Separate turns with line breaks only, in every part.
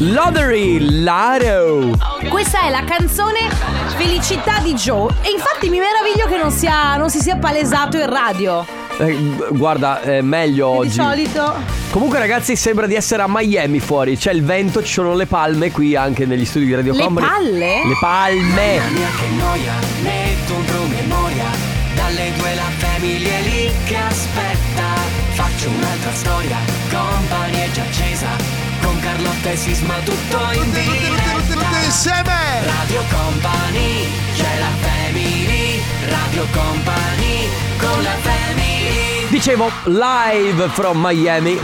Lottery Lotto.
Questa è la canzone Felicità di Joe. E infatti mi meraviglio che non, sia, non si sia palesato in radio.
Eh, guarda, è meglio
Di
oggi.
solito.
Comunque, ragazzi, sembra di essere a Miami fuori. C'è il vento, ci sono le palme qui anche negli studi di Radio
Le
Company.
palle?
Le palme!
che noia, metto un promemoria, dalle due la famiglia è lì che aspetta, faccio un'altra storia, compagnie è già accesa, con Carlotta e Sisma tutto in diretta,
Insieme!
Radio Company, c'è la family, Radio Company, con la family.
Dicevo, live from Miami.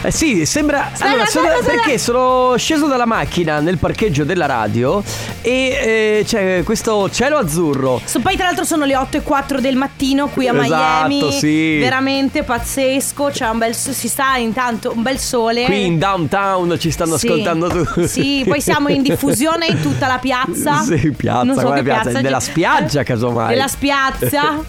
Eh sì, sembra. allora, sono-
aspetta, aspetta.
perché sono sceso dalla macchina nel parcheggio della radio e eh, c'è questo cielo azzurro.
So- poi tra l'altro sono le 8 e 4 del mattino qui a
Esatto,
Miami.
sì.
Veramente pazzesco. C'è un bel so- si sta intanto un bel sole.
Qui in downtown ci stanno
Eh. Sì.
ascoltando tutti.
Sì, poi siamo in diffusione in tutta la piazza.
Sì, piazza,
Non so
quale
che
piazza?
piazza
Della
ci-
spiaggia, casomai.
Della spiazza.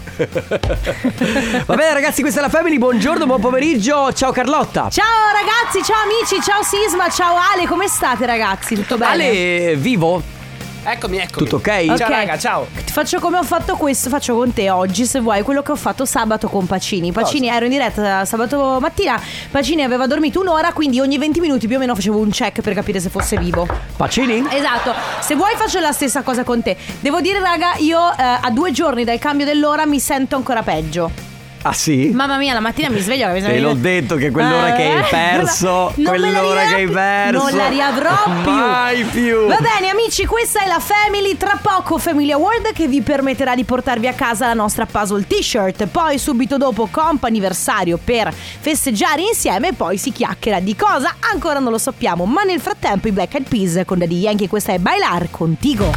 Va bene, ragazzi, questa è la Family. Buongiorno, buon pomeriggio. Ciao Carlotta.
Ciao ragazzi, ciao amici, ciao Sisma, ciao Ale, come state ragazzi? Tutto bene?
Ale, vivo?
Eccomi, eccomi.
Tutto ok?
Ok.
Ciao raga, ciao.
Ti faccio come ho fatto questo, faccio con te oggi se vuoi, quello che ho fatto sabato con Pacini. Pacini ero in diretta sabato mattina, Pacini aveva dormito un'ora, quindi ogni 20 minuti più o meno facevo un check per capire se fosse vivo.
Pacini?
Esatto, se vuoi faccio la stessa cosa con te. Devo dire raga, io eh, a due giorni dal cambio dell'ora mi sento ancora peggio.
Ah sì?
Mamma mia, la mattina mi sveglio mi
Te l'ho detto che quell'ora che hai perso,
Eh? Non me la
quell'ora che hai
riavrò-
perso.
Non la riavrò più.
Mai più.
Va bene amici, questa è la Family, tra poco Family Award che vi permetterà di portarvi a casa la nostra puzzle t-shirt, poi subito dopo comp anniversario per festeggiare insieme e poi si chiacchiera di cosa ancora non lo sappiamo, ma nel frattempo i Black Eyed Peas con Daddy Yankee, questa è Bailar Contigo.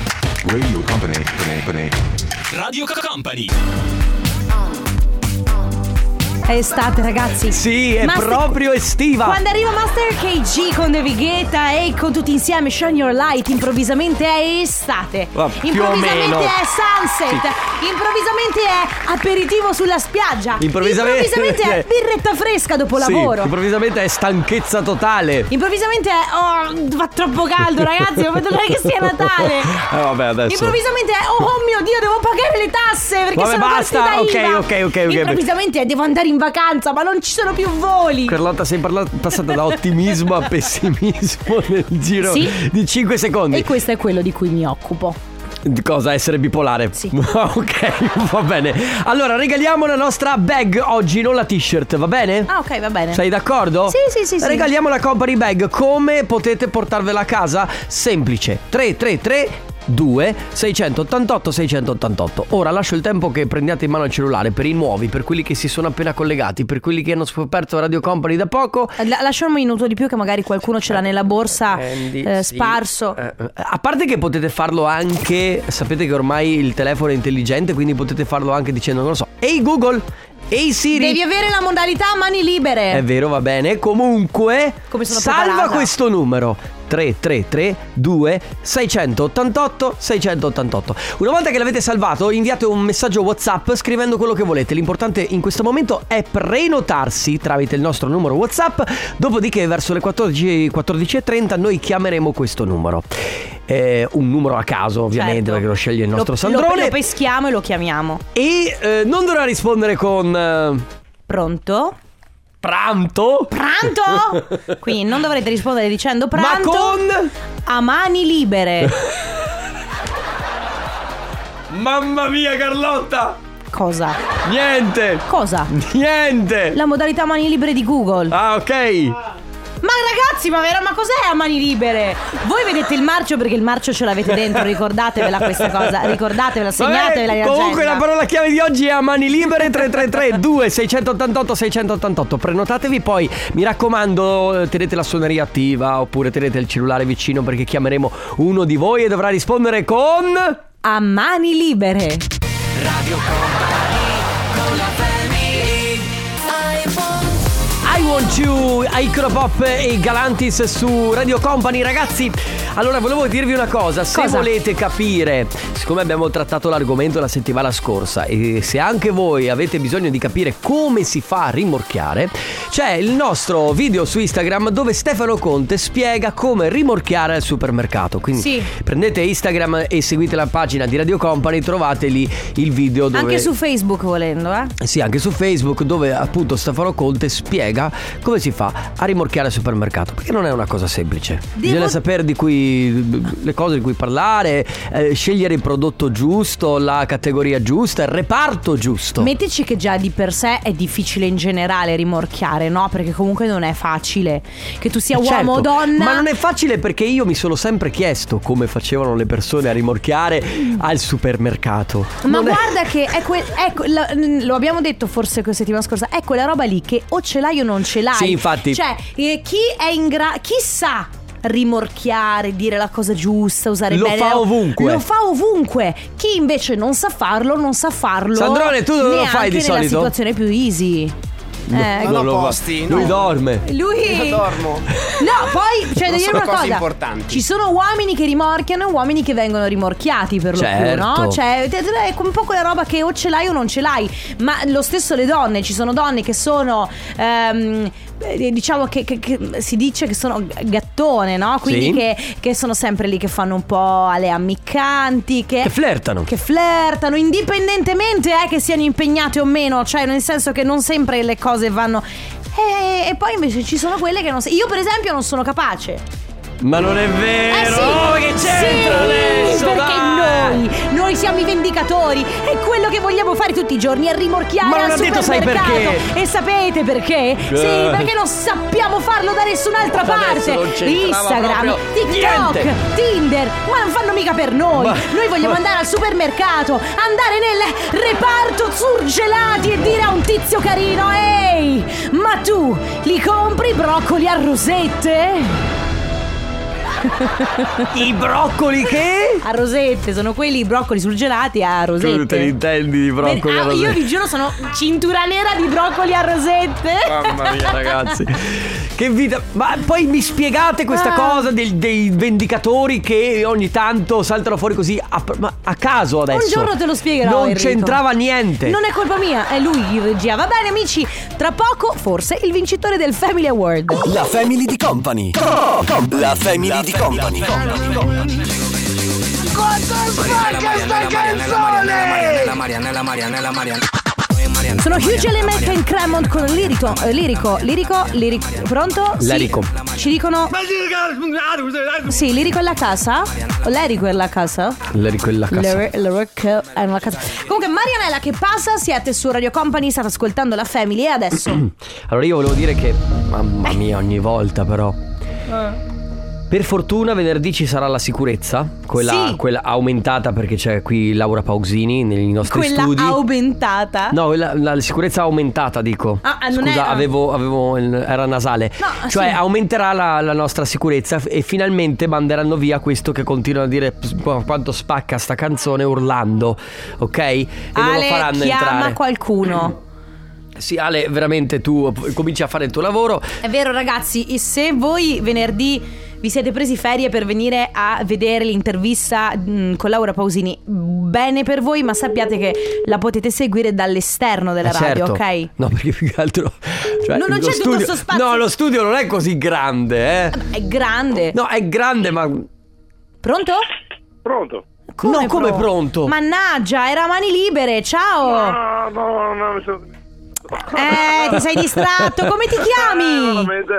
Radio Company, Company, Company.
Radio Company.
È estate ragazzi.
Sì, è
Master-
proprio estiva.
Quando arriva Master KG con David Guetta e con tutti insieme Shine Your Light, improvvisamente è estate.
Va, Ah, più o
improvvisamente
meno.
è sunset. Improvvisamente è aperitivo sulla spiaggia.
Improvvisamente-
Improvvisamente è birretta fresca dopo
Sì,
lavoro.
improvvisamente è stanchezza totale.
Improvvisamente è oh, fa troppo caldo ragazzi, non vedo l'ora che sia Natale.
Eh, vabbè, adesso.
Improvvisamente è oh, oh mio Dio, devo pagare le tasse perché
Vabbè,
sono
basta,
partita
ok,
IVA.
ok, ok, ok.
Improvvisamente è devo andare in vacanza, ma non ci sono più voli.
Carlotta, sei parla- passata da ottimismo a pessimismo nel giro
Sì.
di 5 secondi.
E questo è quello di cui mi occupo.
Di cosa? Essere bipolare?
Sì.
ok, va bene. Allora, regaliamo la nostra bag oggi, non la t-shirt, va bene?
Ah, ok, va bene.
Sei d'accordo?
Sì, sì, sì, sì.
Regaliamo la company bag. Come potete portarvela a casa? Semplice. 333 2 688 688 Ora lascio il tempo che prendiate in mano il cellulare per i nuovi, per quelli che si sono appena collegati, per quelli che hanno scoperto Radio Company da poco.
Eh, La- lasciamo un minuto di più che magari qualcuno ce l'ha nella borsa
Prendi,
eh,
sì.
sparso.
Eh, eh, A parte che potete farlo anche, sapete che ormai il telefono è intelligente, quindi potete farlo anche dicendo, non lo so, ehi Google, ehi Siri.
Devi avere la modalità a mani libere.
È vero, va bene. Comunque,
Eh. Come sono
salva
preparata.
questo numero 333 2 688 688. Una volta che l'avete salvato, inviate un messaggio WhatsApp scrivendo quello che volete. L'importante in questo momento è prenotarsi tramite il nostro numero WhatsApp. Dopodiché, verso le 14 14.30, noi chiameremo questo numero. Eh, un numero a caso, ovviamente,
Certo.
perché lo sceglie il
Lo-
nostro
lo,
Sandrone.
Lo peschiamo e lo chiamiamo.
e eh, non dovrà rispondere con eh,
Pronto?
pranto.
Pranto? Quindi non dovrete rispondere dicendo pranto.
Ma con
A mani libere.
Mamma mia Carlotta!
Cosa?
Niente!
Cosa?
Niente!
La modalità a mani libere di Google.
Ah, ok!
Ma ragazzi, ma, vera- ma cos'è a mani libere? Voi vedete il marcio perché il marcio ce l'avete dentro, ricordatevela questa cosa, ricordatevela, segnatevela.
Vabbè,
in
comunque
agenda.
la parola chiave di oggi è a mani libere 333 2688 688 prenotatevi poi mi raccomando eh, tenete la suoneria attiva oppure tenete il cellulare vicino perché chiameremo uno di voi e dovrà rispondere con
A mani libere.
I Want You, Icropop e Galantis su Radio Company ragazzi Allora volevo dirvi una cosa, se
Cosa?
volete capire Siccome abbiamo trattato l'argomento la settimana scorsa E se anche voi avete bisogno di capire come si fa a rimorchiare C'è il nostro video su Instagram dove Stefano Conte spiega come rimorchiare al supermercato. Quindi
Sì.
prendete Instagram e seguite la pagina di Radio Company, trovate lì il video dove
Anche su Facebook volendo, eh.
Sì, anche su Facebook dove appunto Stefano Conte spiega come si fa a rimorchiare al supermercato, perché non è una cosa semplice. Bisogna sapere di cui le cose di cui parlare, eh, scegliere il prodotto giusto, la categoria giusta, il reparto giusto.
Mettici che già di per sé è difficile in generale rimorchiare, no? Perché comunque non è facile. Che tu sia
Certo,
uomo o donna.
Ma non è facile perché io mi sono sempre chiesto come facevano le persone a rimorchiare al supermercato.
Mm. Ma
Non è-
guarda che è quel, ecco, la- lo abbiamo detto forse questa settimana scorsa, è quella roba lì che o ce l'hai o non ce l'hai.
Sì, infatti.
Cioè, eh, chi è in grado, chi sa rimorchiare, dire la cosa giusta, usare
Lo
bene
fa
la-
ovunque.
Lo fa ovunque. Chi invece non sa farlo, non sa farlo.
Sandrone, tu dove lo fai di
neanche nella
solito?
situazione più easy. Eh,
Non ho
lo fa.
posti,
Lui
no.
dorme.
lui
Io dormo.
No, poi c'è da
Non
dire
sono
una
cose
cosa.
importanti.
Ci sono uomini che rimorchiano e uomini che vengono rimorchiati per lo
Certo.
più, no? Cioè, te- te- è un po' quella roba che o ce l'hai o non ce l'hai. Ma lo stesso le donne, ci sono donne che sono. ehm, eh, Diciamo che, che- che si dice che sono gattone, no? Quindi
Sì.
che, che sono sempre lì che fanno un po' alle ammiccanti, che,
Che flirtano.
che flirtano, indipendentemente eh, che siano impegnate o meno, cioè nel senso che non sempre le cose vanno. E, e poi invece ci sono quelle che non. se- Io, per esempio, non sono capace.
Ma non è
Eh
vero!
sì,
Oh, che c'entra
sì,
adesso?
Perché
dai!
noi, noi siamo i vendicatori e quello che vogliamo fare tutti i giorni è rimorchiare
Ma non
al
ha detto sai
supermercato.
perché.
E sapete perché?
Eh.
Sì, perché non sappiamo farlo da nessun'altra
Adesso
parte.
non c'entrava
Instagram,
proprio
TikTok,
niente.
Tinder, ma non fanno mica per noi.
Ma-
Noi vogliamo
ma-
andare al supermercato, andare nel reparto surgelati e dire a un tizio carino: Ehi, ma tu li compri i broccoli a rosette?
I broccoli che?
A rosette, sono quelli i broccoli surgelati a rosette.
Tu te li intendi di broccoli
Bene,
a
ah, Io vi giuro sono cintura nera di broccoli a rosette.
Mamma mia ragazzi Che vita Ma poi mi spiegate questa
Ah.
cosa del- dei vendicatori che ogni tanto saltano fuori così a, ma a caso adesso
Un giorno te lo spiegherò.
Non
Enrico.
c'entrava niente
Non è colpa mia, è lui in regia. Va bene, amici. Tra poco, forse, il vincitore del Family Award.
La family di company. La family di company.
Sono Hugh Element e Cremont con lirico. eh, Lirico, lirico, lirico. Pronto? Sì.
Lirico.
Ci dicono. Sì, lirico è la casa. O Lerico è la casa.
Le- quella cassa.
Le- le rock è una casa. Comunque, Marianella, che passa? Siete su Radio Company, state ascoltando la Family e adesso.
Allora io volevo dire che Mamma
Eh.
mia ogni volta però Per fortuna venerdì ci sarà la sicurezza Quella,
Sì.
quella aumentata perché c'è qui Laura Pausini nei nostri
quella
studi
aumentata.
No, la, la sicurezza aumentata, dico.
Ah, ah, non
Scusa,
era-
avevo, avevo il- era nasale.
No,
cioè,
sì.
aumenterà la, la nostra sicurezza f- e finalmente manderanno via questo che continua a dire "P- quanto spacca sta canzone urlando, ok? E non lo
Ale
faranno
chiama
entrare.
qualcuno.
Sì, Ale, veramente tu p- cominci a fare il tuo lavoro.
È vero, ragazzi, se voi venerdì vi siete presi ferie per venire a vedere l'intervista mh, con Laura Pausini, bene per voi, ma sappiate che la potete seguire dall'esterno della
Eh,
radio,
certo.
ok?
No, perché più che altro. Cioè,
No, non
lo
c'è tutto
studio...
sto spazio.
No, lo studio non è così grande, eh.
È grande.
No, è grande, ma.
Pronto?
Pronto?
no, come pronto?
Mannaggia, era a mani libere, ciao.
Ah, no, no, mi sono...
Eh, ti sei distratto. Come ti
Ah,
chiami?
veramente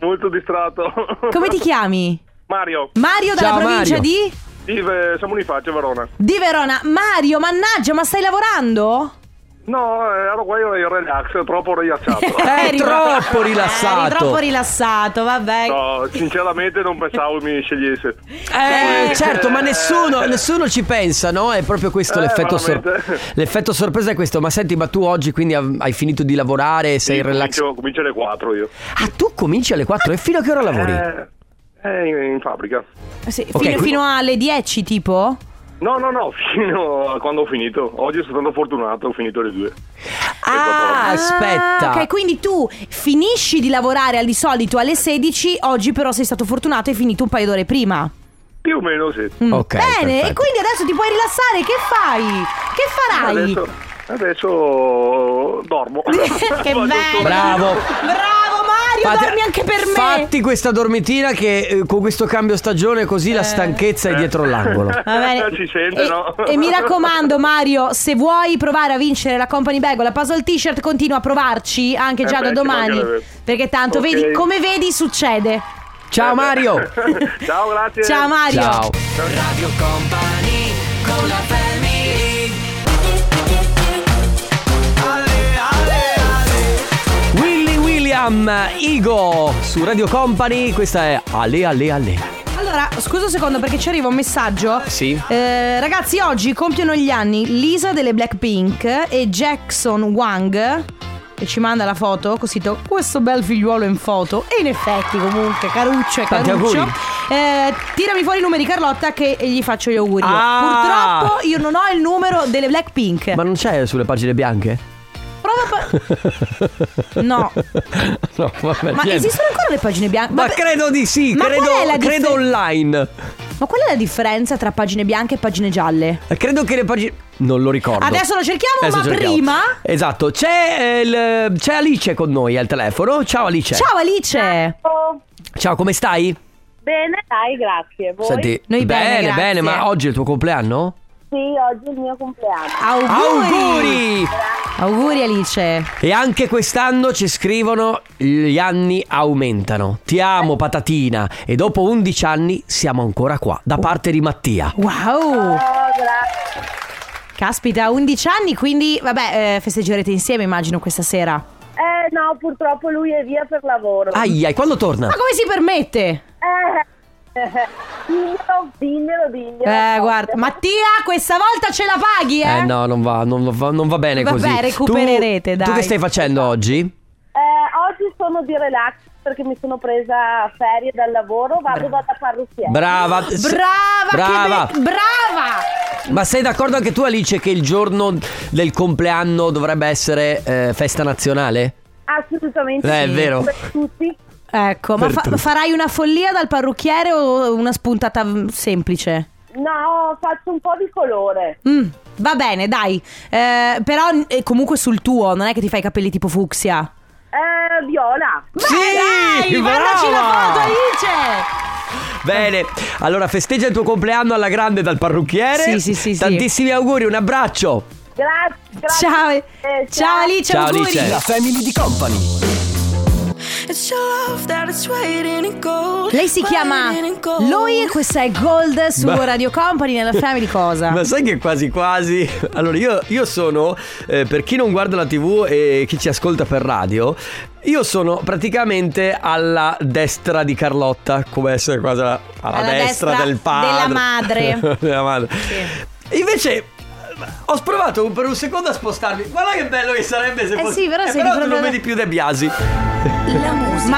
molto distratto.
Come ti chiami?
Mario,
Mario dalla
Ciao,
provincia
Mario.
di
sì, eh, siamo Unifacio, Verona.
di Verona. Mario, mannaggia, ma stai lavorando?
No, eh, ero qua io in relax, troppo rilassato.
È
Eh, Eri-
troppo
Eh, eri
rilassato.
troppo rilassato, vabbè.
No, sinceramente non pensavo mi scegliesse.
Eh,
Eh,
certo, ma
eh,
nessuno,
eh.
nessuno ci pensa, no? È proprio questo
Eh,
l'effetto, sor-
veramente.
l'effetto sorpresa. È questo. Ma senti, ma tu oggi quindi av- hai finito di lavorare, sei
Sì,
in relax.
Comincio, comincio alle 4 io.
Ah, tu cominci alle 4 e fino a che ora lavori?
Eh, eh, in, in fabbrica.
Sì, fino,
qui-
fino alle 10 tipo?
No, no, no, fino a quando ho finito. Oggi sono stato fortunato, ho finito alle 2.
ah, aspetta.
Ah, ok, quindi tu finisci di lavorare al di solito alle 16, oggi però sei stato fortunato e hai finito un paio d'ore prima.
Più o meno sì.
Mm.
Ok,
Bene, e
perfetto.
quindi adesso ti puoi rilassare, che fai? Che farai?
Adesso, adesso dormo.
che bello!
Vado
Bravo.
sotto.
Bravo! voglio dormi anche per me.
Fatti questa dormitina che eh, con questo cambio stagione così la stanchezza è dietro l'angolo.
Va bene.
Ci sente,
e,
no?
e mi raccomando, Mario, se vuoi provare a vincere la Company Bag o la Puzzle T-shirt, continua a provarci anche
Eh
già
beh,
da
ci
domani.
mancherebbe.
Perché tanto,
Ok.
vedi, come vedi, succede.
Ciao Mario.
Ciao, grazie.
Ciao, Mario.
Ciao.
Radio Company con la family
Willy William Igo su Radio Company, questa è Ale Ale Ale.
Allora, scusa un secondo perché ci arriva un messaggio.
Sì.
Eh, ragazzi, oggi compiono gli anni Lisa delle Blackpink e Jackson Wang. E ci manda la foto, così to- questo bel figliuolo in foto. E in effetti, comunque, caruccio e
Tanti
caruccio.
auguri.
Eh, tirami fuori i numeri, Carlotta, che gli faccio gli auguri.
Ah.
Purtroppo io non ho il numero delle Blackpink.
Ma non c'è sulle pagine bianche?
Prova a pa- No.
no, vabbè,
Ma
niente.
esistono ancora le pagine bianche?
Ma
Vabbè,
credo di sì,
Ma
credo,
qual è la differ-
credo online.
ma qual è la differenza tra pagine bianche e pagine gialle?
Credo che le pagine... Non lo ricordo.
Adesso lo cerchiamo,
Adesso
ma
cerchiamo.
prima.
Esatto, c'è, eh, il- c'è Alice con noi al telefono. Ciao Alice.
Ciao Alice!
Ciao, come stai?
Bene, dai, grazie. Voi?
Senti,
Noi bene,
bene,
grazie.
bene, ma oggi è il tuo compleanno?
Sì, oggi è il mio compleanno.
Auguri!
Auguri!
Auguri Alice!
E anche quest'anno ci scrivono gli anni aumentano. Ti amo patatina e dopo 11 anni siamo ancora qua da parte di Mattia.
Wow!
Oh, grazie.
Caspita, 11 anni, quindi vabbè, eh, festeggerete insieme immagino questa sera. Ma
Eh no, purtroppo lui è via per lavoro.
Aia, e quando torna?
come si permette?
Eh, dimmelo, dimmelo, dimmelo.
Eh, guarda, Mattia, questa volta ce la paghi, eh?
Eh no, non va, non va, non va bene
Vabbè,
così.
recupererete,
tu,
dai.
Tu che stai facendo oggi?
Eh, oggi sono di relax perché mi sono presa ferie dal lavoro, vado da parrucchiere.
Brava.
Brava! che
Brava.
be- brava!
Ma sei d'accordo anche tu Alice che il giorno del compleanno dovrebbe essere eh, festa nazionale?
Assolutamente
Eh, è
sì.
vero.
Per tutti.
Ecco, ma fa- farai una follia dal parrucchiere o una spuntata mm, semplice?
No, faccio un po' di colore.
Mm, va bene, dai. Eh, però eh, comunque sul tuo, non è che ti fai i capelli tipo fucsia.
Eh, viola.
Vai,
Sì,
dai, guardaci la
brava!
foto, Alice!
Bene, allora festeggia il tuo compleanno alla grande dal parrucchiere.
Sì, sì, sì, sì.
Tantissimi auguri, un abbraccio.
Grazie, grazie.
Ciao,
Eh,
ciao, Alice,
Ciao,
auguri.
Alice.
La family di company.
Lei si chiama Lui e questa è Gold su
Ma-
Radio Company nella Family Cosa.
Ma sai che quasi quasi. Allora, io, io sono, eh, per chi non guarda la TV e chi ci ascolta per radio, io sono praticamente alla destra di Carlotta, come essere quasi alla, alla
Alla
destra,
destra
del padre.
della madre.
Della madre. Invece. Ho provato un- per un secondo a spostarmi. Guarda che bello che sarebbe se
Eh
fosse-
sì, però
eh,
sei di
tu non
fronte-
vedi più De Biasi.
Ma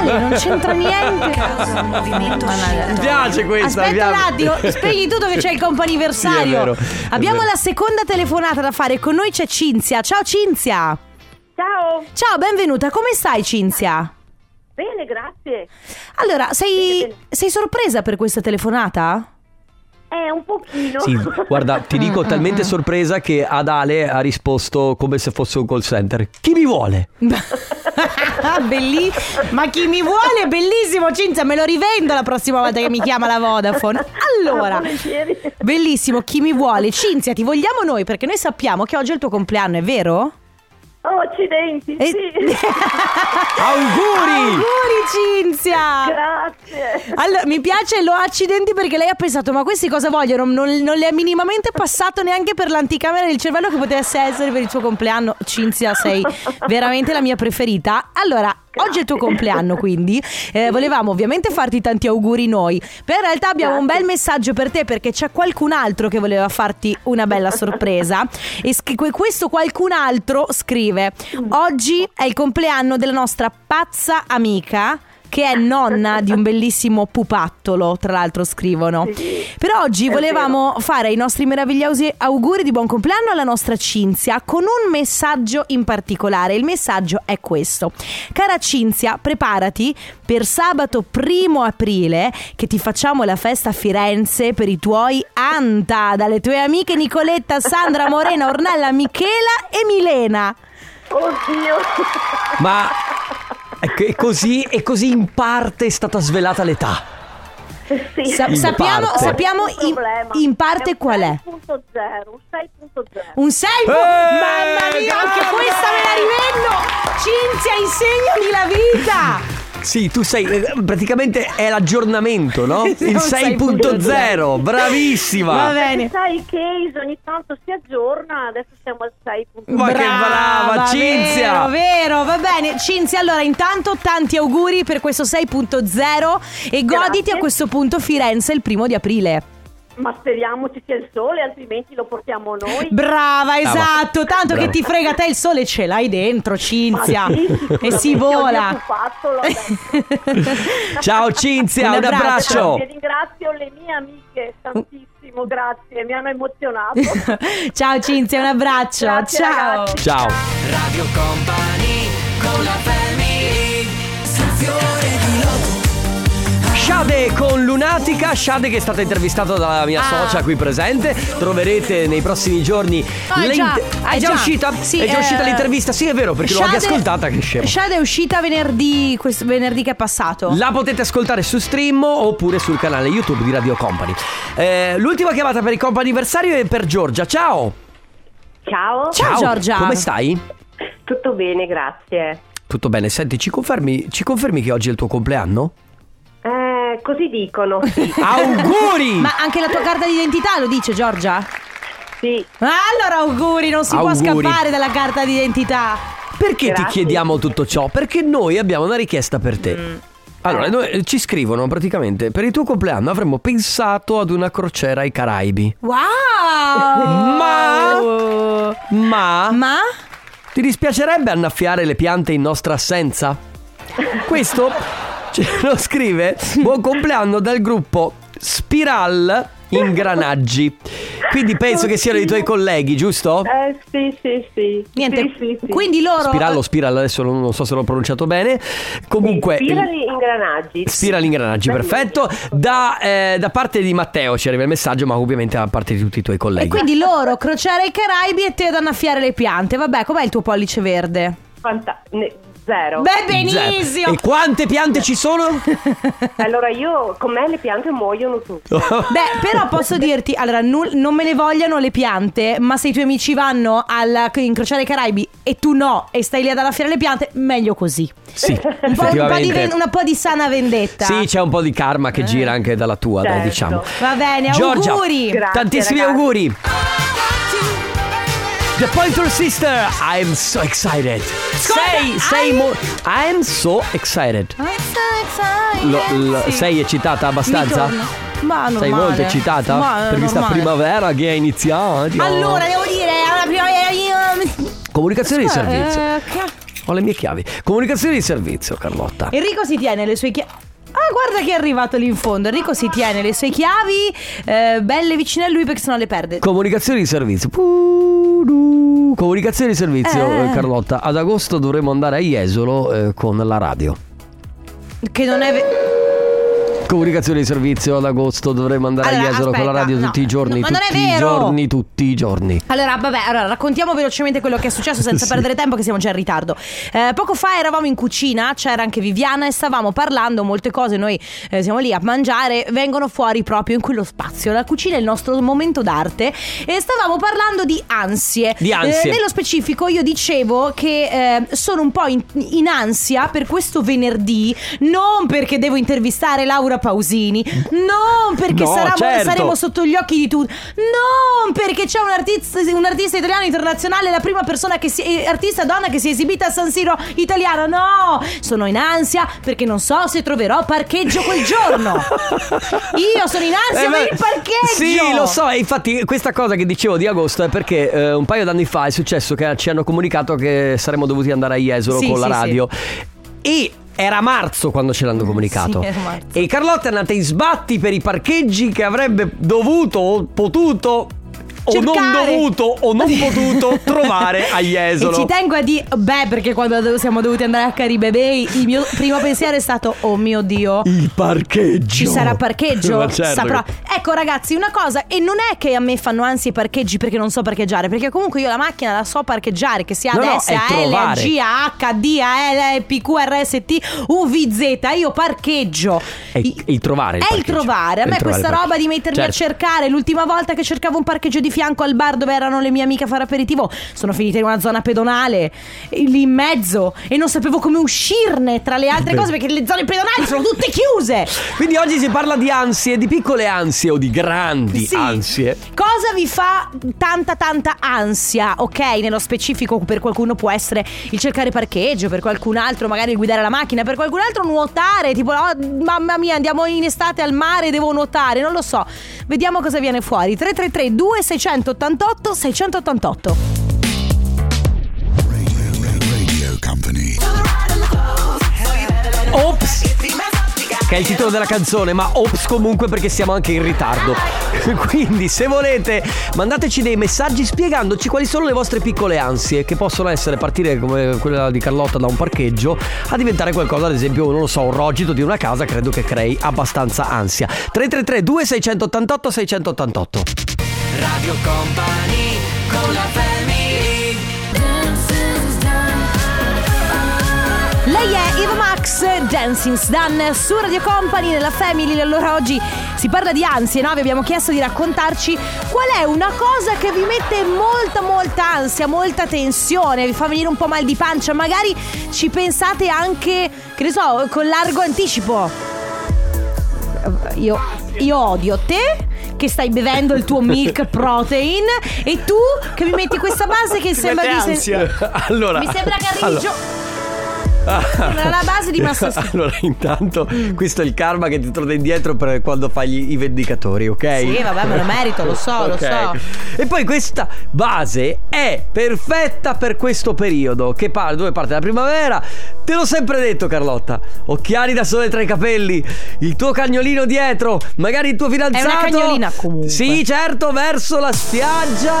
Ale non c'entra niente. Mannaggia.
Mi piace questa. mi
Aspetta un
piace.
attimo, spegni tu dove c'è
Sì,
il
è vero,
comp'anniversario.
è
Abbiamo
vero.
la seconda telefonata da fare. Con noi c'è Cinzia. Ciao Cinzia.
Ciao.
Ciao, benvenuta. Come stai Cinzia?
Bene, grazie.
Allora, sei, sei sorpresa per questa telefonata?
Eh, un pochino.
Sì, guarda, ti dico talmente sorpresa che ad Ale ha risposto come se fosse un call center. Chi mi vuole?
Belli- Ma chi mi vuole è bellissimo, Cinzia, me lo rivendo la prossima volta che mi chiama la Vodafone. Allora,
Ah, Volentieri.
bellissimo, chi mi vuole? Cinzia, ti vogliamo noi perché noi sappiamo che oggi è il tuo compleanno, è vero?
Oh, accidenti,
E-
sì.
Auguri!
Auguri Cinzia!
Grazie.
Allora, mi piace lo accidenti perché lei ha pensato ma questi cosa vogliono? Non, non le è minimamente passato neanche per l'anticamera del cervello che potesse essere per il suo compleanno. Cinzia, sei veramente la mia preferita. Allora, oggi è il tuo compleanno quindi eh, volevamo ovviamente farti tanti auguri noi, però in realtà abbiamo un bel messaggio per te perché c'è qualcun altro che voleva farti una bella sorpresa e scri- que- questo qualcun altro scrive oggi è il compleanno della nostra pazza amica che è nonna di un bellissimo pupattolo, tra l'altro scrivono.
Sì,
Però oggi
è
volevamo fare i nostri meravigliosi auguri di buon compleanno alla nostra Cinzia con un messaggio in particolare. Il messaggio è questo. Cara Cinzia, preparati per sabato primo aprile che ti facciamo la festa a Firenze per i tuoi Anta, dalle tue amiche Nicoletta, Sandra, Morena, Ornella, Michela e Milena.
Oddio.
Ma Ecco, E così, e così in parte è stata svelata l'età.
Sì.
Sa-
In
sappiamo
parte.
sappiamo
Nessun
in,
problema.
in parte
un
qual è.
6.0, un 6.0.
Un 6?
Eh,
Mamma mia, anche
brava!
questa me la rivendo! Cinzia, insegnami la vita!
Sì, tu sei. eh, Praticamente è l'aggiornamento, no?
Sì,
Il
un
6.0 bravissima!
Va bene.
Sai i case ogni tanto si aggiorna, adesso siamo al 6.0.
Ma che brava, Cinzia!
Vero, vero, va bene. Cinzia, allora intanto tanti auguri per questo 6.0 e goditi
Grazie.
a questo punto Firenze il primo di aprile.
Ma speriamo ci sia il sole, altrimenti lo portiamo noi.
Brava, esatto. Tanto
Brava.
che ti frega te il sole ce l'hai dentro, Cinzia.
Ma sì, sicuramente,
e si
oggi ho
vola.
fatto, l'ho detto.
Ciao Cinzia,
Un
un
abbraccio.
abbraccio!
Grazie, ringrazio le mie amiche tantissimo, grazie, mi hanno emozionato.
Ciao Cinzia, un abbraccio.
Grazie,
Ciao.
ragazzi.
Ciao!
Radio Company con la family Stazione di
Shade con Lunatica, Shade che è stata intervistata dalla mia
Ah.
socia qui presente. Troverete nei prossimi giorni.
Ah, è
l'in-
già,
è
è
già
già.
uscita?
Sì,
è già
eh,
uscita l'intervista? Sì, è vero, perché l'ho anche
Shade-
ascoltata, che scemo.
Shade è uscita venerdì, questo venerdì che è passato.
La potete ascoltare su stream oppure sul canale YouTube di Radio Company. Eh, l'ultima chiamata per il comp anniversario è per Giorgia. Ciao!
Ciao,
Ciao, Giorgia.
Come stai?
tutto bene, grazie.
Tutto bene, senti, ci confermi, ci confermi che oggi è il tuo compleanno?
Eh, così dicono, sì,
Auguri!
Ma anche la tua carta d'identità lo dice Giorgia?
sì.
Allora auguri, non si può
Auguri.
scappare dalla carta d'identità.
Perché ti
Grazie.
chiediamo tutto ciò? Perché noi abbiamo una richiesta per te. Allora, noi- eh, ci scrivono praticamente, per il tuo compleanno avremmo pensato ad una crociera ai Caraibi.
Wow! Oh.
Ma- Ma,
Ma?
ti dispiacerebbe annaffiare le piante in nostra assenza? Questo ce lo scrive buon compleanno dal gruppo Spiral Ingranaggi. Quindi penso che siano i tuoi colleghi, giusto?
Eh, sì, sì, sì.
Niente.
Sì, sì, sì.
Quindi loro
Spirallo, Spiral, adesso non non so se l'ho pronunciato bene. Comunque.
Spirali ingranaggi.
Spira l'ingranaggi, perfetto. Da, eh, da parte di Matteo ci arriva il messaggio, ma ovviamente da parte di tutti i tuoi
e
colleghi.
quindi loro crociare i Caraibi e te ad annaffiare le piante. Vabbè, com'è il tuo pollice verde?
Fanta- ne- zero.
Beh,
Zero.
benissimo.
E quante piante ci sono?
Allora io, con me le piante muoiono tutte.
Beh, però posso dirti, allora, nu- non me ne vogliano le piante, ma se i tuoi amici vanno alla in crociere i Caraibi e tu no, e stai lì ad annaffiare le piante, meglio così.
sì,
Un po', un po' di, ven-
effettivamente.
una po' di sana vendetta.
Sì, c'è un po' di karma che gira anche dalla tua, dai,
Certo.
diciamo.
Va bene,
Giorgia,
Eh, auguri.
Grazie,
tantissimi
ragazzi.
auguri. The Pointer Sister, I'm so excited. sei, sei mo- I'm so excited. Lo- lo-
Eh, Sì.
Sei eccitata abbastanza?
Mi torna. Ma non
Sei molto
male.
eccitata?
Ma eh,
per questa
normale.
primavera che è iniziata. eh,
Allora, devo dire, alla primavera io...
Comunicazione di servizio.
Eh, ca-
Ho le mie chiavi. Comunicazione di servizio, Carlotta.
Enrico si tiene le sue chiavi. Ah, guarda che è arrivato lì in fondo. Enrico si tiene le sue chiavi eh, belle vicine a lui perché sennò le perde.
Comunicazione di servizio. Pu-du. Comunicazione di servizio,
Eh.
eh, Carlotta. Ad agosto dovremo andare a Jesolo eh, con la radio.
Che non è. ve-
Comunicazione di servizio ad agosto dovremo andare a
Allora,
Jesolo con la
aspetta,
radio
no,
tutti i giorni,
no, ma non è
tutti i
vero!
giorni, tutti i giorni.
Allora, vabbè, allora raccontiamo velocemente quello che è successo senza
Sì.
perdere tempo, che siamo già in ritardo. Eh, poco fa eravamo in cucina, c'era anche Viviana e stavamo parlando molte cose. Noi eh, siamo lì a mangiare, vengono fuori proprio in quello spazio. La cucina è il nostro momento d'arte. E stavamo parlando di ansie.
Di ansie.
Eh, nello specifico, io dicevo che eh, sono un po' in, in ansia per questo venerdì. Non perché devo intervistare Laura Pausini, non perché
No,
saramo-
certo.
saremo sotto gli occhi di tutti. Non perché c'è un artista, un artista italiano internazionale, la prima persona che si, eh, artista donna che si è esibita a San Siro italiano. No, sono in ansia perché non so se troverò parcheggio quel giorno. Io sono in ansia
Eh,
per
beh,
il parcheggio.
Sì, lo so, e infatti questa cosa che dicevo di agosto è perché eh, un paio d'anni fa è successo che ci hanno comunicato che saremmo dovuti andare a Jesolo
Sì,
con la
sì, sì.
radio e era marzo quando ce l'hanno comunicato.
sì, era marzo.
E Carlotta è andata in sbatti per i parcheggi che avrebbe dovuto o potuto o non
cercare.
dovuto o non potuto trovare a Jesolo.
E ci tengo a dire, beh, perché quando siamo dovuti andare a Caribe Bay, il mio primo pensiero è stato, oh mio Dio.
Il parcheggio.
Ci sarà parcheggio?
Ma certo
Saprò.
che-
Ecco ragazzi, una cosa, e non è che a me fanno ansia i parcheggi perché non so parcheggiare, perché comunque io la macchina la so parcheggiare, che sia
No, no,
ad S,
è
a L, a
trovare.
G, a H, D, a L, P, Q, R, S, T, U, V, Z, io parcheggio.
È
I-
il trovare il
È il
parcheggio.
trovare, a
È il trovare
me
il
questa roba
parcheggio.
di mettermi a
Certo.
cercare, l'ultima volta che cercavo un parcheggio di fianco al bar dove erano le mie amiche a fare aperitivo, sono finita in una zona pedonale, lì in mezzo, e non sapevo come uscirne tra le altre
Beh.
cose perché le zone pedonali sono tutte chiuse.
Quindi oggi si parla di ansie, di piccole ansie o di grandi
Sì.
ansie.
Cosa vi fa tanta tanta ansia? Ok, nello specifico per qualcuno può essere il cercare parcheggio, per qualcun altro magari il guidare la macchina, per qualcun altro nuotare, tipo "Oh, mamma mia andiamo in estate al mare, devo nuotare, non lo so. Vediamo cosa viene fuori. 333 2688 688.
Ops! Che è il titolo della canzone, ma ops comunque perché siamo anche in ritardo. Quindi se volete mandateci dei messaggi spiegandoci quali sono le vostre piccole ansie, che possono essere partire come quella di Carlotta da un parcheggio a diventare qualcosa, ad esempio, non lo so, un rogito di una casa, credo che crei abbastanza ansia. 333 2688 688.
Radio Company con la family
Lei è Eva Max, Dancing's Done su Radio Company nella Family. Allora oggi si parla di ansie, no? Vi abbiamo chiesto di raccontarci qual è una cosa che vi mette molta, molta ansia, molta tensione, vi fa venire un po' mal di pancia. Magari ci pensate anche, che ne so, con largo anticipo. Io, io odio te. Che stai bevendo il tuo milk protein e tu che mi metti questa base che sembra di sen-
Allora,
mi sembra che arrivi
allora-
giù. Sembra la base di Massa Sì.
Allora, intanto, questo è il karma che ti torna indietro per quando fai gli- i vendicatori, ok?
Sì, vabbè, me lo merito, lo so, lo
Ok.
so.
E poi questa base è perfetta per questo periodo che par- dove parte la primavera. Te l'ho sempre detto, Carlotta. Occhiali da sole tra i capelli, il tuo cagnolino dietro, magari il tuo fidanzato.
cagnolina, comunque.
Sì, certo, verso la spiaggia.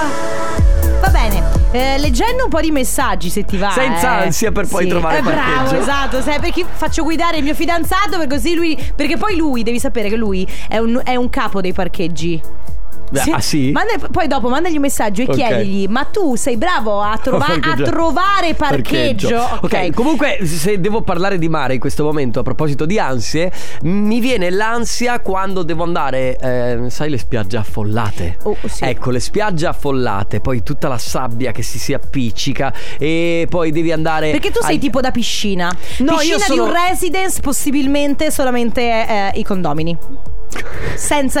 Va bene. eh, leggendo un po' di messaggi se ti va
Senza
eh.
ansia per poi
Sì.
trovare
eh, bravo
parcheggio.
esatto sai, perché faccio guidare il mio fidanzato per così lui perché poi lui devi sapere che lui è un, è un capo dei parcheggi
Beh, ah, sì?
Manda- poi dopo mandagli un messaggio e
Ok.
chiedigli ma tu sei bravo a, trova- a
Parcheggia.
trovare parcheggio,
ok, comunque se devo parlare di mare in questo momento a proposito di ansie, mi viene l'ansia quando devo andare, eh, sai le spiagge affollate.
Oh, sì.
Ecco, le spiagge affollate, poi tutta la sabbia che si, si appiccica e poi devi andare...
Perché tu sei
ai-
tipo da piscina.
Eh, No,
piscina
io
di
sono-
un residence, possibilmente solamente eh, i condomini. Senza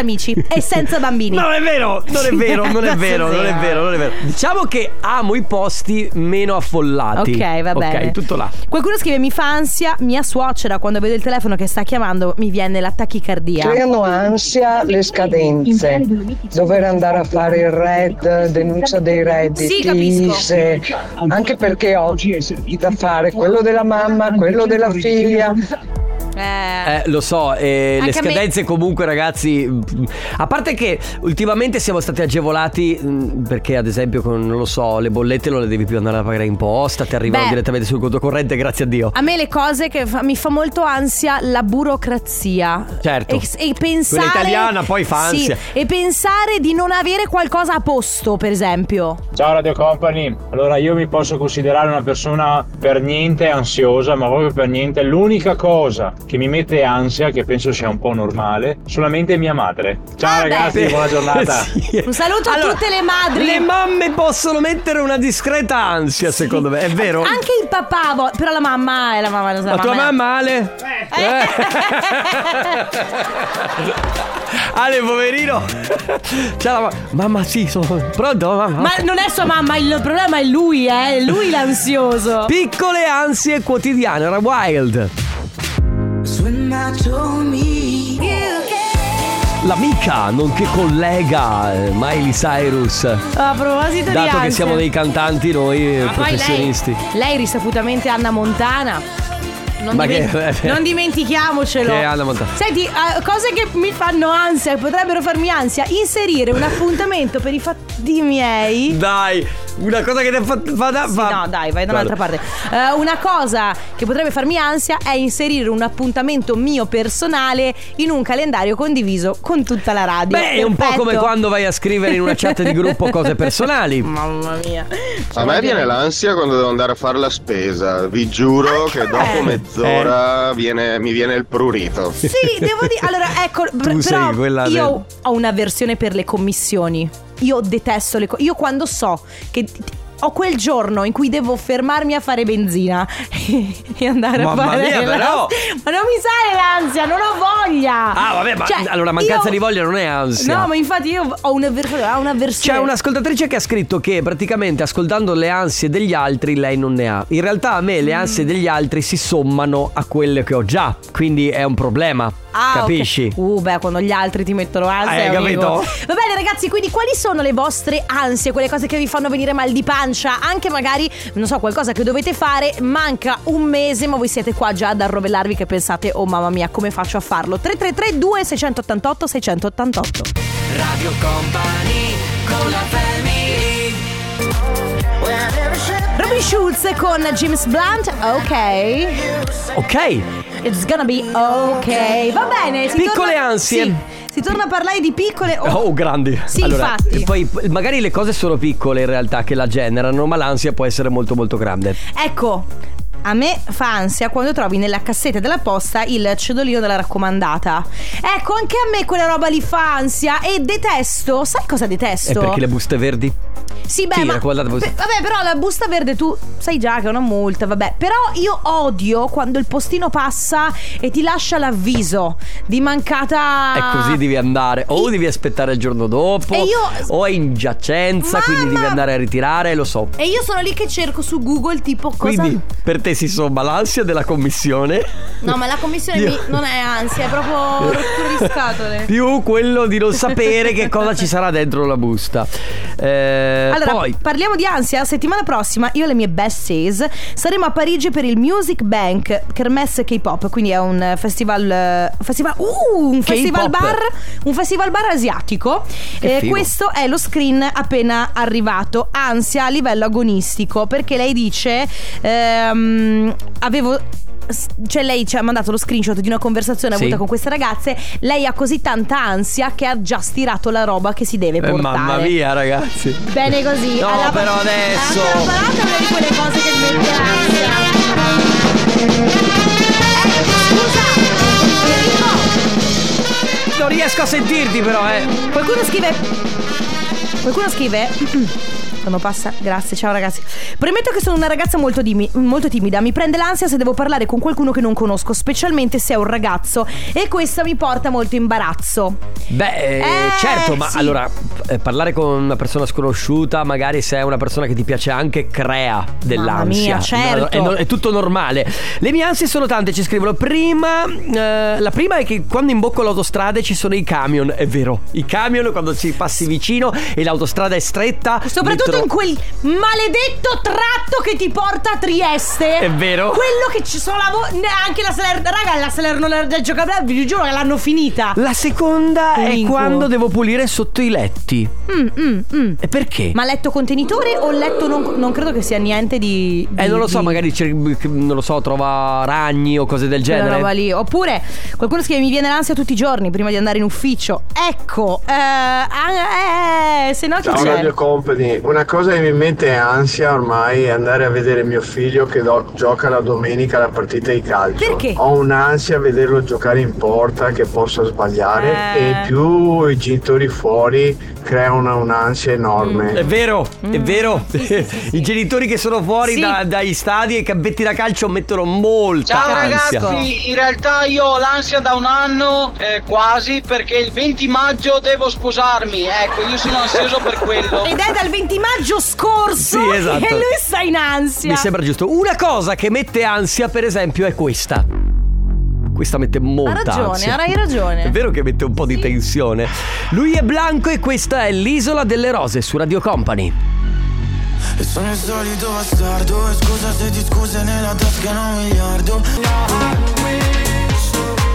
amici e senza bambini.
Non è vero, non è
Sì,
vero, non è
cazzo
vero, non è
zero.
vero, non è vero. Diciamo che amo i posti meno affollati.
Ok, va bene.
Ok, tutto là.
Qualcuno scrive: Mi fa ansia. Mia suocera, quando vedo il telefono che sta chiamando, mi viene la tachicardia.
Creano Cioè, ansia le scadenze, dover andare a fare il red, denuncia dei
Sì,
redditi,
capisco.
ISE, Eh, anche perché ho da fare quello della mamma, quello della figlia.
Eh.
Eh, lo so, eh, le
Anche a me-
scadenze comunque ragazzi, mh, a parte che ultimamente siamo stati agevolati mh, perché ad esempio con, non lo so, le bollette non le devi più andare a pagare in posta, ti arrivano
Beh.
direttamente sul conto corrente, grazie a Dio.
A me le cose che fa- mi fa molto ansia la burocrazia.
Certo.
E, e pensare.
Quella italiana poi fa
Sì,
ansia.
e pensare di non avere qualcosa a posto, per esempio.
Ciao Radio Company, allora io mi posso considerare una persona per niente ansiosa, ma proprio per niente. L'unica cosa che mi mette ansia, che penso sia Cioè, un po' normale, solamente mia madre. Ciao
Ah, beh.
ragazzi, buona giornata.
Sì.
Un saluto a tutte le madri.
Le mamme possono mettere una discreta ansia, secondo me, è vero?
Anche il papà, vo- però la mamma è la mamma. La,
La Oh. tua mamma Ale? Eh. Ale, poverino. Ciao la ma- mamma, sì, sono pronto, mamma.
Ma non è sua mamma, il problema è lui, eh. È lui l'ansioso.
Piccole ansie quotidiane, era wild. L'amica, nonché collega eh, Miley Cyrus.
A proposito di
Dato
ansia.
che siamo dei cantanti noi eh,
Ma poi
professionisti.
Lei, lei risaputamente Anna Montana. Non,
Ma
dimen-
che-
non dimentichiamocelo.
Che Anna Montana.
Senti, eh, cose che mi fanno ansia, che potrebbero farmi ansia. Inserire un appuntamento per i fatti miei.
Dai, una cosa che ti ha fatto. Fa, da-
Sì,
fa-
no, dai, vai da un'altra
Guarda.
parte. Eh, una cosa che potrebbe farmi ansia è inserire un appuntamento mio personale in un calendario condiviso con tutta la radio.
Beh, è un po'
Perfetto.
come quando vai a scrivere in una chat di gruppo cose personali.
Mamma mia. Cioè,
A me viene l'ansia quando devo andare a fare la spesa. Vi giuro
Anche a
che
me.
dopo mezz'ora viene- mi viene il prurito.
Sì, devo dire. Allora, ecco, pr-
Tu
però
sei quella
io
del-
ho una versione per le commissioni. Io detesto le cose. Io quando so che t- ho quel giorno in cui devo fermarmi a fare benzina e andare
Mamma
a fare
mia,
la-
però!
Ma non mi sale l'ansia, non ho voglia. Cioè,
Ah, vabbè, ma allora mancanza
io-
di voglia non è ansia.
No, ma infatti io ho una, ver- ho una versione.
C'è un'ascoltatrice che ha scritto che praticamente ascoltando le ansie degli altri lei non ne ha. In realtà a me le
Mm.
ansie degli altri si sommano a quelle che ho già, quindi è un problema.
Ah, ok.
capisci?
Uh, beh, quando gli altri ti mettono ansia.
Eh,
è un
capito?
incubo. Va bene, ragazzi, quindi quali sono le vostre ansie, quelle cose che vi fanno venire mal di pancia? Anche magari, non so, qualcosa che dovete fare, manca un mese, ma voi siete qua già ad arrovellarvi che pensate, oh mamma mia, come faccio a farlo? 333 2688 688
Radio Company con la family
Robin Schulz con James Blunt, ok.
Ok.
It's gonna be ok. Va bene. si
Piccole
torna-
ansie.
Sì, si torna a parlare di piccole.
Oh,
o
grandi.
Sì,
allora,
infatti.
e Poi p- magari le cose sono piccole in realtà che la generano, ma l'ansia può essere molto molto grande.
Ecco. A me fa ansia quando trovi nella cassetta della posta il cedolino della raccomandata. Ecco, anche a me quella roba lì fa ansia e detesto. Sai cosa
È
detesto?
Eh, perché le buste verdi?
Sì, beh,
Sì,
ma...
raccomandata posta.
Beh, Vabbè, però la busta verde tu sai già che è una multa, vabbè. Però io odio quando il postino passa e ti lascia l'avviso di mancata
È così devi andare, o devi aspettare il giorno dopo,
Ah. E io-
o è in giacenza, quindi
Mamma!
devi andare a ritirare, lo so.
E io sono lì che cerco su Google tipo cosa...
Quindi per te si somma l'ansia della commissione.
No, ma la commissione
Io-
mi- non è ansia, è proprio rottura di scatole.
Più quello di non sapere che cosa ci sarà dentro la busta. Eh,
Allora,
poi,
parliamo di ansia. Settimana prossima io e le mie besties saremo a Parigi per il Music Bank Kermesse K-pop, quindi è un eh, festival eh, festival uh, un festival
K-pop.
bar, un festival bar asiatico.
Che
Eh,
figo.
questo è lo screen appena arrivato. Ansia a livello agonistico, perché lei dice ehm, avevo s- cioè lei ci ha mandato lo screenshot di una conversazione
Sì.
avuta con queste ragazze, lei ha così tanta ansia che ha già stirato la roba che si deve
eh,
portare.
mamma mia ragazzi.
Bene così.
No,
Alla-
però adesso-
Anche la parata è una di quelle cose che mi mette ansia. Eh, scusa, Enrico,
Non riesco a sentirti però, eh.
qualcuno scrive. Qualcuno scrive. Quando passa, grazie, ciao ragazzi. Premetto che sono una ragazza molto, dimi- molto timida, mi prende l'ansia se devo parlare con qualcuno che non conosco, specialmente se è un ragazzo, e questo mi porta molto imbarazzo.
Beh, eh,
Eh,
certo, ma
sì.
allora eh, parlare con una persona sconosciuta, magari se è una persona che ti piace anche, crea dell'ansia.
mia, certo.
No, è, no- è tutto normale. Le mie ansie sono tante, ci scrivono. Prima, eh, la prima è che quando imbocco l'autostrada ci sono i camion, è vero. I camion quando ci passi vicino e l'autostrada è stretta.
Soprattutto
metro-
in quel maledetto tratto che ti porta a Trieste.
È vero.
Quello che ci sono la vo- ne- anche la Salerno. Raga, la Salerno Reggio Calabria, vi giuro che l'hanno finita.
La seconda
Un
è
incubo.
quando devo pulire sotto i letti.
Mm, mm, mm.
E perché?
Ma letto contenitore o letto non, non credo che sia niente di.
Eh,
di-
non lo so,
di-
magari c'è- non lo so, trova ragni o cose del
Quella
genere.
roba lì. Oppure qualcuno scrive mi viene l'ansia tutti i giorni prima di andare in ufficio. Ecco, eh, ah, eh, se no chi
Ciao,
c'è?
Radio
Company, una cosa che mi mette ansia ormai è andare a vedere mio figlio che gioca la domenica la partita di calcio.
Perché?
Ho un'ansia a vederlo giocare in porta che possa sbagliare
Eh.
e più i genitori fuori creano un'ansia enorme.
È vero,
Mm.
è vero. I genitori che sono fuori
Sì.
da- dai stadi e i campetti da calcio mettono molta
Ciao
ansia.
ragazzi, in realtà io ho l'ansia da un anno eh, quasi perché il 20 maggio devo sposarmi, ecco io sono ansioso per quello.
Ed è dal 20 maggio scorso
Sì, esatto.
e lui sta in ansia.
Mi sembra giusto. Una cosa che mette ansia, per esempio, è questa. Questa mette molta
Ha ragione,
ansia.
hai ragione.
È vero che mette un po' di tensione. Lui è Blanco e questa è l'Isola delle Rose su Radio Company.
Sono il solito bastardo e scusa se ti scuse nella tasca non miliardo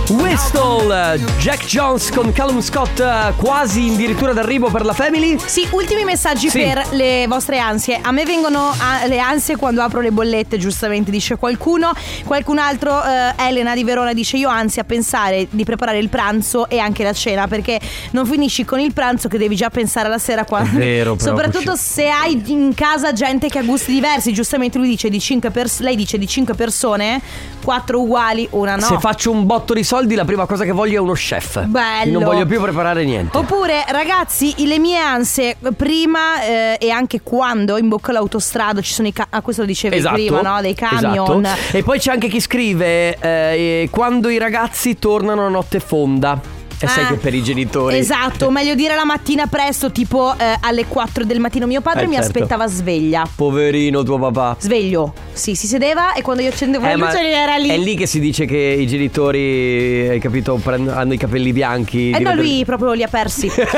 No,
Crystal, eh, Jack Jones con Callum Scott eh, quasi addirittura d'arrivo per la Family.
Sì, ultimi messaggi
Sì.
per le vostre ansie. A me vengono ah, le ansie quando apro le bollette, giustamente dice qualcuno. Qualcun altro, eh, Elena di Verona, dice io ho ansia a pensare di preparare il pranzo e anche la cena perché non finisci con il pranzo che devi già pensare alla sera quando...
È vero, però,
Soprattutto se hai in casa gente che ha gusti diversi, giustamente lui dice di cinque pers- lei dice di 5 persone, 4 uguali, una no.
Se faccio un botto di soldi, la prima cosa che voglio è uno chef.
Bello.
Non voglio più preparare niente.
Oppure, ragazzi, i- le mie ansie prima eh, e anche quando in bocca all'autostrada ci sono i ca- ah, questo lo dicevi
Esatto.
prima, no? Dei camion.
Esatto. E poi c'è anche chi scrive eh, quando i ragazzi tornano a notte fonda. E sai
Ah.
che per i genitori.
Esatto, meglio dire la mattina presto, tipo eh, alle 4 del mattino. Mio padre
Eh,
mi
certo.
aspettava sveglia.
Poverino tuo papà.
Sveglio. Sì, si sedeva e quando io accendevo
Eh,
la
ma
luce lui era lì.
È lì che si dice che i genitori, hai capito, prend- hanno i capelli bianchi.
Eh no,
diventano-
lui proprio li ha persi. Bene,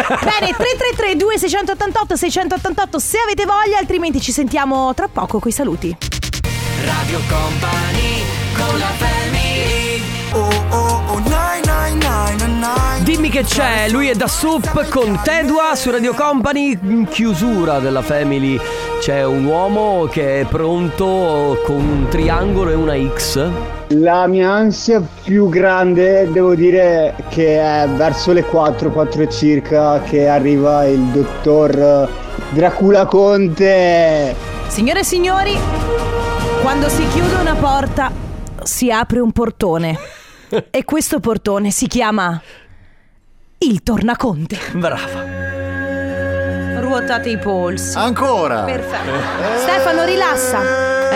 333 2688 688 se avete voglia, altrimenti ci sentiamo tra poco coi saluti.
Radio Company con la family
Dimmi che c'è, lui è da Sup con Tedua su Radio Company. In chiusura della Family c'è un uomo che è pronto con un triangolo e una X.
La mia ansia più grande devo dire che è verso le 4, 4 circa che arriva il dottor Dracula Conte.
Signore e signori, quando si chiude una porta si apre un portone. e questo portone si chiama il tornaconte.
Brava.
Ruotate i polsi.
Ancora?
Perfetto. Stefano, rilassa.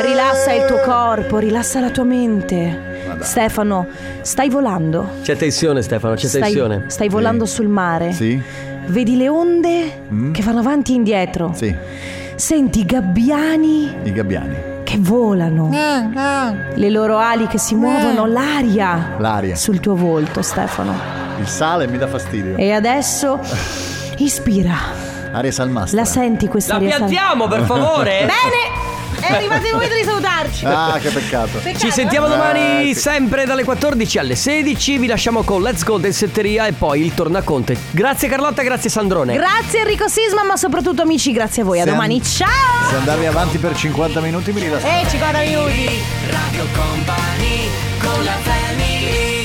Rilassa il tuo corpo, rilassa la tua mente. Stefano, stai volando.
C'è tensione, Stefano, c'è
Stai,
tensione.
stai volando sul mare.
Sì. Mm.
Vedi le onde che vanno avanti e indietro.
Sì.
Senti i gabbiani
I gabbiani.
che volano. Le loro ali che si muovono, l'aria
L'aria.
sul tuo volto, Stefano.
Il sale mi dà fastidio.
E adesso ispira.
Aria salmastra.
La senti questa aria sal- Bene! È arrivato il momento di salutarci.
Ah, che peccato.
cioè,
Ci sentiamo
eh?
domani
Eh, sì.
sempre dalle 14 alle 16. Vi lasciamo con Let's Go del Setteria e poi il Tornaconte. Grazie Carlotta, grazie Sandrone.
eh. Grazie Enrico Sisma, ma soprattutto amici, grazie a voi. A
Se an-
domani, ciao!
Se andavi avanti per 50 minuti mi rilassa.
E 50 minuti!
Radio Company con la family